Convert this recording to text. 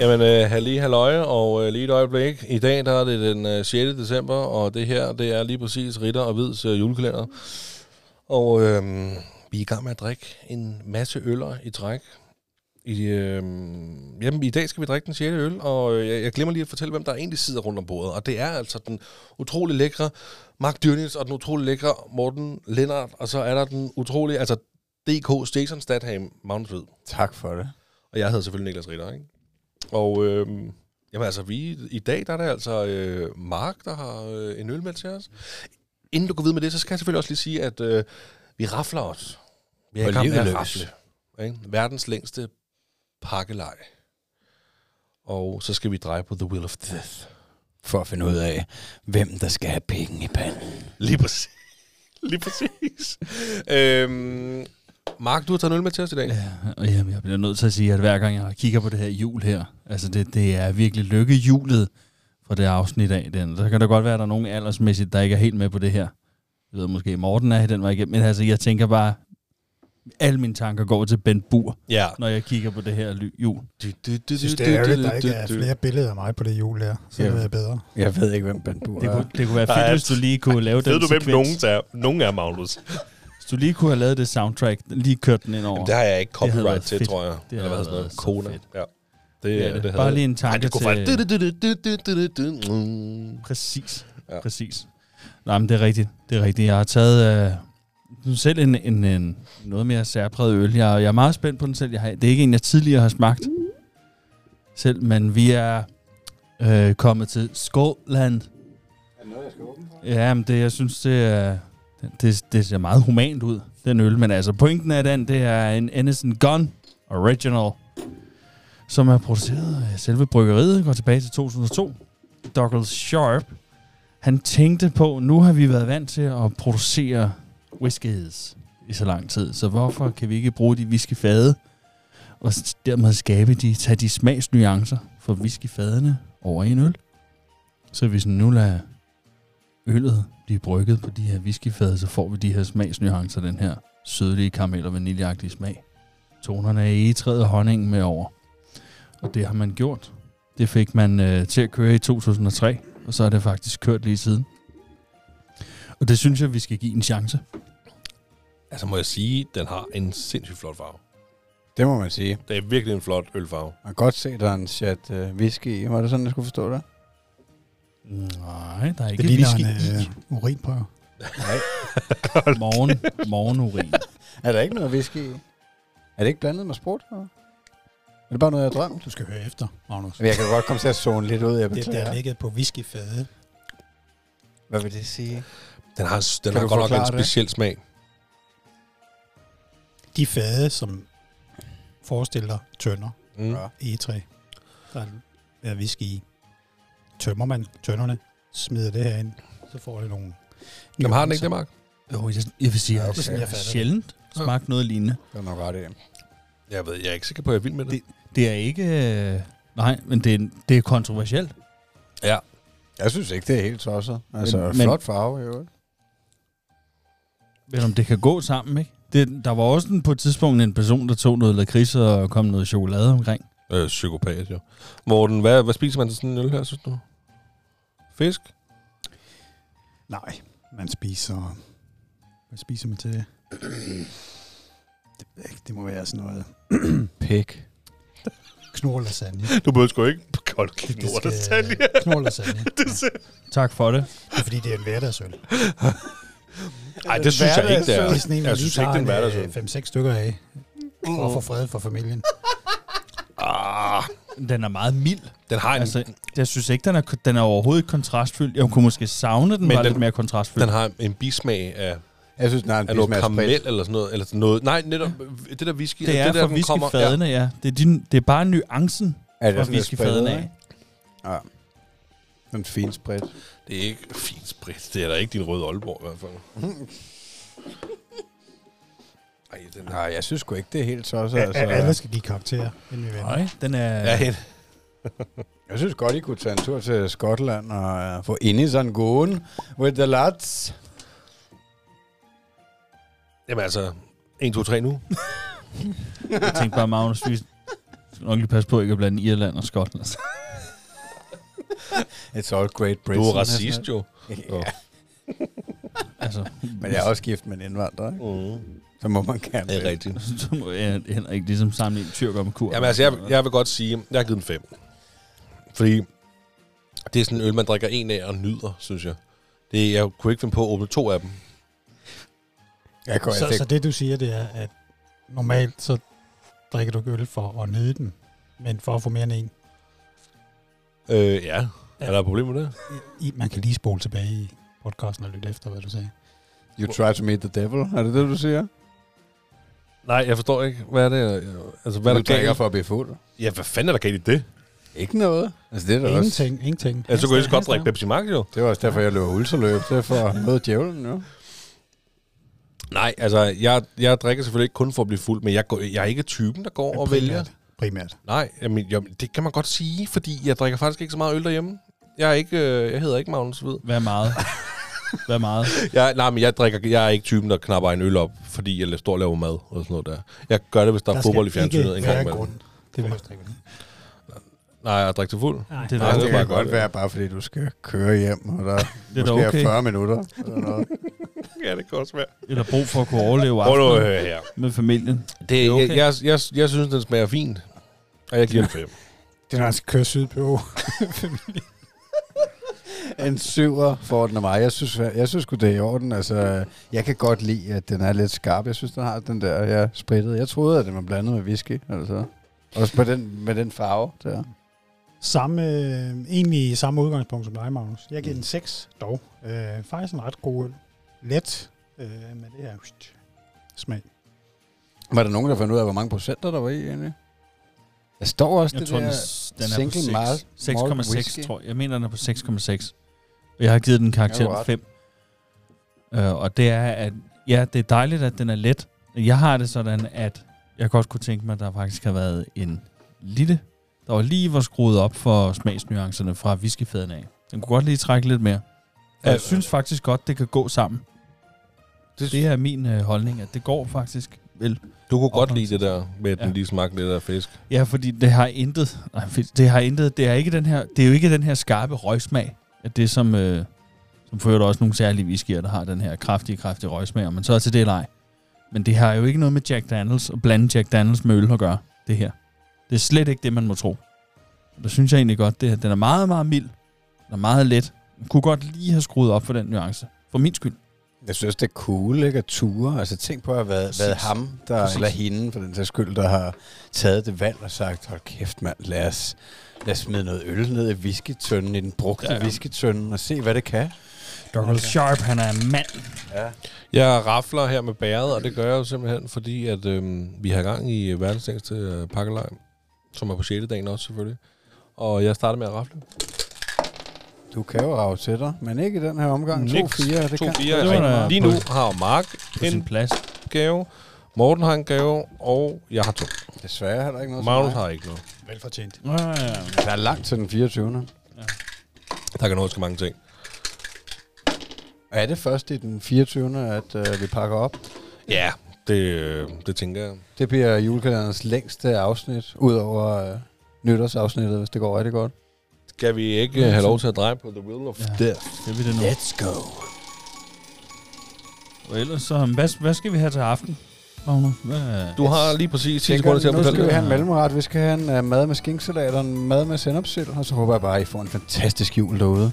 Jamen, øh, halli halløj, og øh, lige et øjeblik. I dag der er det den øh, 6. december, og det her det er lige præcis Ritter og Hvids øh, julekalender. Og øh, vi er i gang med at drikke en masse øller i træk. I, øh, jamen, i dag skal vi drikke den 6. øl, og øh, jeg, jeg glemmer lige at fortælle, hvem der egentlig sidder rundt om bordet. Og det er altså den utrolig lækre Mark Dyrnils og den utrolig lækre Morten Lennart, og så er der den utrolig, altså DK Station Statham Magnus Hvid. Tak for det. Og jeg hedder selvfølgelig Niklas Ritter, ikke? Og øh, jamen altså, vi, i dag der er det altså øh, Mark, der har øh, en øl med til os. Inden du går videre med det, så skal jeg selvfølgelig også lige sige, at øh, vi rafler os. Vi er i Og gang med livet at løs. rafle. Ikke? Verdens længste pakkelej. Og så skal vi dreje på The Wheel of Death. For at finde ud af, hvem der skal have penge i panden. Lige præcis. Lige præcis. øhm, Mark, du har taget en øl med til os i dag. Ja. Og jamen, jeg bliver nødt til at sige, at hver gang jeg kigger på det her jul her, altså det, det er virkelig lykkehjulet fra det afsnit af den. Så kan der godt være, at der er nogen aldersmæssigt, der ikke er helt med på det her. Jeg ved måske, Morten er i den vej igennem, men altså jeg tænker bare, alle mine tanker går til Ben Bur, ja. når jeg kigger på det her ly- jul. Jeg synes, det er ærgerligt, at der ikke er flere billeder af mig på det jul her. Så Ja. yeah. ved jeg bedre. Jeg ved ikke, hvem Ben Bur Det er. kunne, det kunne være Der fedt, er- hvis du lige kunne lave den Ved du, hvem sekvens. nogen er, nogen er Magnus? Hvis du lige kunne have lavet det soundtrack, lige kørt den ind over. Jamen, det har jeg ikke havde copyright været til, fedt. tror jeg. Det Eller havde hvad sådan noget. været så Kona. fedt. Ja. Det, Ja, ja, det, det Bare lige en Ej, tanke det kunne til... faktisk... Præcis, Ja. ja. præcis. Nej, men det er rigtigt, det er rigtigt. Jeg har taget øh, nu selv en, en, en noget mere særpræget øl. Jeg, jeg er meget spændt på den selv. Jeg har, det er ikke en, jeg tidligere har smagt selv, men vi er øh, kommet til Skåland. Ja, men det, jeg synes, det, er, det, det ser meget humant ud, den øl. Men altså, pointen af den, det er en Anderson Gun Original, som er produceret af selve bryggeriet, går tilbage til 2002. Douglas Sharp, han tænkte på, nu har vi været vant til at producere whiskies i så lang tid, så hvorfor kan vi ikke bruge de whiskyfade og s- dermed skabe de, tage de smagsnuancer for whiskyfadene over i en øl? Så hvis vi nu lader øllet blive brygget på de her whiskyfade, så får vi de her smagsnuancer, den her sødlige karamel- og vaniljeagtige smag. Tonerne er i egetræet og honningen med over. Og det har man gjort. Det fik man øh, til at køre i 2003, og så er det faktisk kørt lige siden. Og det synes jeg, vi skal give en chance. Altså må jeg sige, den har en sindssygt flot farve. Det må man sige. Det er virkelig en flot ølfarve. Man kan godt se, der er en chat øh, whisky i. Var det sådan, jeg skulle forstå det? Nej, der er Det ikke ligner whisky en i. øh, urinprøve. Morgen, morgenurin. Er der ikke noget whisky i? Er det ikke blandet med sprut? eller? Er det bare noget, jeg har drømt? Du skal høre efter, Magnus. Jeg kan godt komme til at zone lidt ud, jeg Det der beklager. er ligget på whiskyfade. Hvad vil det sige? Den har, den Kan har du godt nok forklare en det? speciel smag. De fade, som forestiller tønder Mm. Ja. egetræ. Der er- er whisky i. Tømmer man tønderne, smider det herind, så får det nogle... Jamen har den ikke nuancer. det, Mark? Jo, jeg, jeg vil sige, Ja, at okay. jeg Jeg har fatter det. sjældent smagt noget lignende. Det var nok ret i. Jeg ved, jeg er ikke sikker på, at jeg er vild med det. Det- Det er ikke... øh, Nej, men det er, det er kontroversielt. Jeg synes ikke, det er helt tosset. Altså, Men- men, men- flot farve, jo. Men om det kan gå sammen, ikke? Det, der var også en, på et tidspunkt en person, der tog noget lakrids og kom noget chokolade omkring. Øh, psykopat, jo. Morten, hvad, hvad spiser man til sådan en øl her, synes du? Fisk? Nej, man spiser... Hvad spiser man til? det? Det, ved jeg ikke, det må være sådan noget Pik. knorlasagne. Du behøver sgu ikke godt Det, det skal, knorlasagne. Ja. Tak for det. Det er fordi, det er en hverdagsøl. Nej, det synes jeg ikke, det er. Det er sådan en, man Jeg lige synes ikke, det er en tager hverdagsøl. en, øh, 5-6 stykker af. For at få fred for familien. Ah, Den er meget mild. den har en, Altså, jeg synes ikke, den er, den er overhovedet ikke kontrastfyldt. Jeg kunne måske savne den, Men var den- lidt mere kontrastfyldt. den har en bismag af Jeg synes, den har en Er det bismag noget af sprit. karamel eller sådan noget? Eller sådan noget? Nej, netop det der whisky. det er det der, fra whiskyfadene, ja. Det, er din, det er bare nuancen Er det fra sådan lidt whiskyfadene sprit, af. ikke? Ja. Den fin sprit. Ja. Det er ikke fint sprit. Det er da ikke din røde Aalborg i hvert fald. Ej, den Nej, jeg synes sgu ikke, det er helt tosset. Altså, alle Altså, skal give karakterer, inden vi vender. Nej, den er... Ja, Ja, en- jeg synes godt, I kunne tage en tur til Skotland og uh, få ind i sådan gåen with the lads. Jamen altså, 1, 2, 3 nu. jeg tænkte bare, Magnus, vi, skal nok lige passe på ikke at blande Irland og Skotland. It's all great Du Britain. er racist jo. Ja, altså, men jeg er også gift med en indvandrer, ikke? Mm. Så må man gerne Det er rigtigt. så må jeg heller ikke ligesom sammenligne tyrker med kurder. Jamen altså, jeg, jeg vil godt sige, jeg har givet den 5. Fordi det er sådan en øl, man drikker en af og nyder, synes jeg. Det, jeg kunne ikke finde på at åbne to af dem. Jeg går, Så, så det du siger, det er, at normalt så drikker du ikke øl for at nyde den, men for at få mere end en. Øh, ja. Er der et problem med det? I, man kan lige spole tilbage i podcasten og lytte efter, hvad du sagde. You try to meet the devil, er det det, du siger? Nej, jeg forstår ikke, hvad er det? Altså, hvad Hvad er du der drikker galt? for at blive fuld? Ja, hvad fanden er der galt i det? Ikke noget. Altså, det er der også. Ingenting, ingenting. Altså, så kunne jeg lige så godt Hans- drikke Pepsi Max, jo. Det var også derfor, jeg løber ultraløb. Det er for at møde djævlen, jo. Nej, altså, jeg, jeg drikker selvfølgelig ikke kun for at blive fuld, men jeg, går, jeg er ikke typen, der går og vælger. Primært. Primært. Nej, jamen, jamen, det kan man godt sige, fordi jeg drikker faktisk ikke så meget øl derhjemme. Jeg, er ikke, øh, jeg hedder ikke Magnus Hvid. Hvad er meget? Hvad er meget? Jeg, nej, men jeg, drikker, jeg er ikke typen, der knapper en øl op, fordi jeg står og laver mad og sådan noget der. Jeg gør det, hvis der, der er skal fodbold i fjernsynet ikke en gang være imellem. grund. Det vil jeg også drikke. Nej, at drikke til fuld. Nej, Det er Nej, Nej, det det var kan godt. godt være, bare fordi du skal køre hjem, og der Det er da måske okay. er 40 minutter. Eller noget. ja, det kan også være. Eller brug for at kunne overleve Prøv nu at aftenen høre her. med familien. Det, okay. okay. jeg, jeg, jeg, jeg, synes, den smager fint. Og jeg giver den fem. Det er, når han skal køre syd på. En syver for den af mig. Jeg synes, jeg synes sgu, det er i orden. Altså, jeg kan godt lide, at den er lidt skarp. Jeg synes, den har den der, jeg sprittede. Jeg troede, at den var blandet med whisky. Altså. Også med den, med den farve der. Samme, øh, egentlig samme udgangspunkt som dig, Magnus. Jeg giver den 6 dog. Øh, faktisk en ret god øl. Let øh, med det her pst, smag. Var der nogen, der fandt ud af, hvor mange procenter der var i egentlig? Der står også Jeg det tror, den, der... den er single malt malt på 6. whisky. 6,6, tror jeg. Jeg mener, den er på 6,6. Jeg har givet den Ja, du karakteren har ret. 5. Øh, og det er, at ja, det er dejligt, at den er let. Jeg har det sådan, at jeg godt kunne tænke mig, at der faktisk har været en lille, der var lige var skruet op for smagsnuancerne fra whiskyfæden af. Den kunne godt lige trække lidt mere. Og jeg Altså- synes faktisk godt, det kan gå sammen. Det- Det, det er min øh, holdning, at det går faktisk vel. Du kunne godt Opmærksom. lide det der med, at den Ja. lige smagte lidt af fisk. Ja, fordi det har intet. Nej, fedt, det har intet. Det er ikke den her. Det er jo ikke den her skarpe røgsmag. At det som øh, som fører også nogle særlige whiskyer, der har den her kraftige, kraftige røgsmag, om man så er til det eller ej. Men det har jo ikke noget med Jack Daniels og blande Jack Daniels med øl at gøre, det her. Det er slet ikke det, man må tro. Og der synes jeg egentlig godt, det her. Den er meget, meget mild. Den er meget let. Man kunne godt lige have skruet op for den nuance. For min skyld. Jeg synes, det er cool, ikke? At ture. Altså, tænk på at have været, været Præcis. ham, der, Præcis. eller hende, for den sags skyld, der har taget det valg og sagt, hold kæft, mand, lad os, lad os smide noget øl ned i whiskytønden, i den brugte Ja, ja, ja. ja. whiskytønden, og se, hvad det kan. Douglas Sharp, han er en mand. Ja. Jeg rafler her med bæret, og det gør jeg jo simpelthen, fordi at, øhm, vi har gang i øh, verdens længste øh, pakkelej, som er på 6. dagen også selvfølgelig. Og jeg starter med at rafle. Du kan jo rave til dig, men ikke i den her omgang. 2-4, Niks. det kan. 2-4 Det var er da rigtigt. Lige nu på- har Mark På sin en plads. gave, Morten har en gave, og jeg har to. Desværre har der ikke noget Magnus til mig. har ikke noget. Velfortjent. Ja, ja, ja. Der er langt til den 24. Der kan nås til mange ting. Og er det først i den 24. at øh, vi pakker op? Ja, det, øh, det tænker jeg. Det bliver julekalenderens længste afsnit, udover øh, nytårsafsnittet, hvis det går rigtig godt. Skal vi ikke øh, have lov til at dreje på The Wheel of Ja. Death? Skal vi det nu? Let's go! Og ellers så, hvad, hvad skal vi have til aften, Magnus? Hvad, Du har lige præcis 10 Tænker, sekunder til at nu fortælle skal vi det. have en mellemret. Vi skal have en uh, mad med skinksalater, en mad med sennepsild, og så håber jeg bare, at I får en fantastisk jul derude.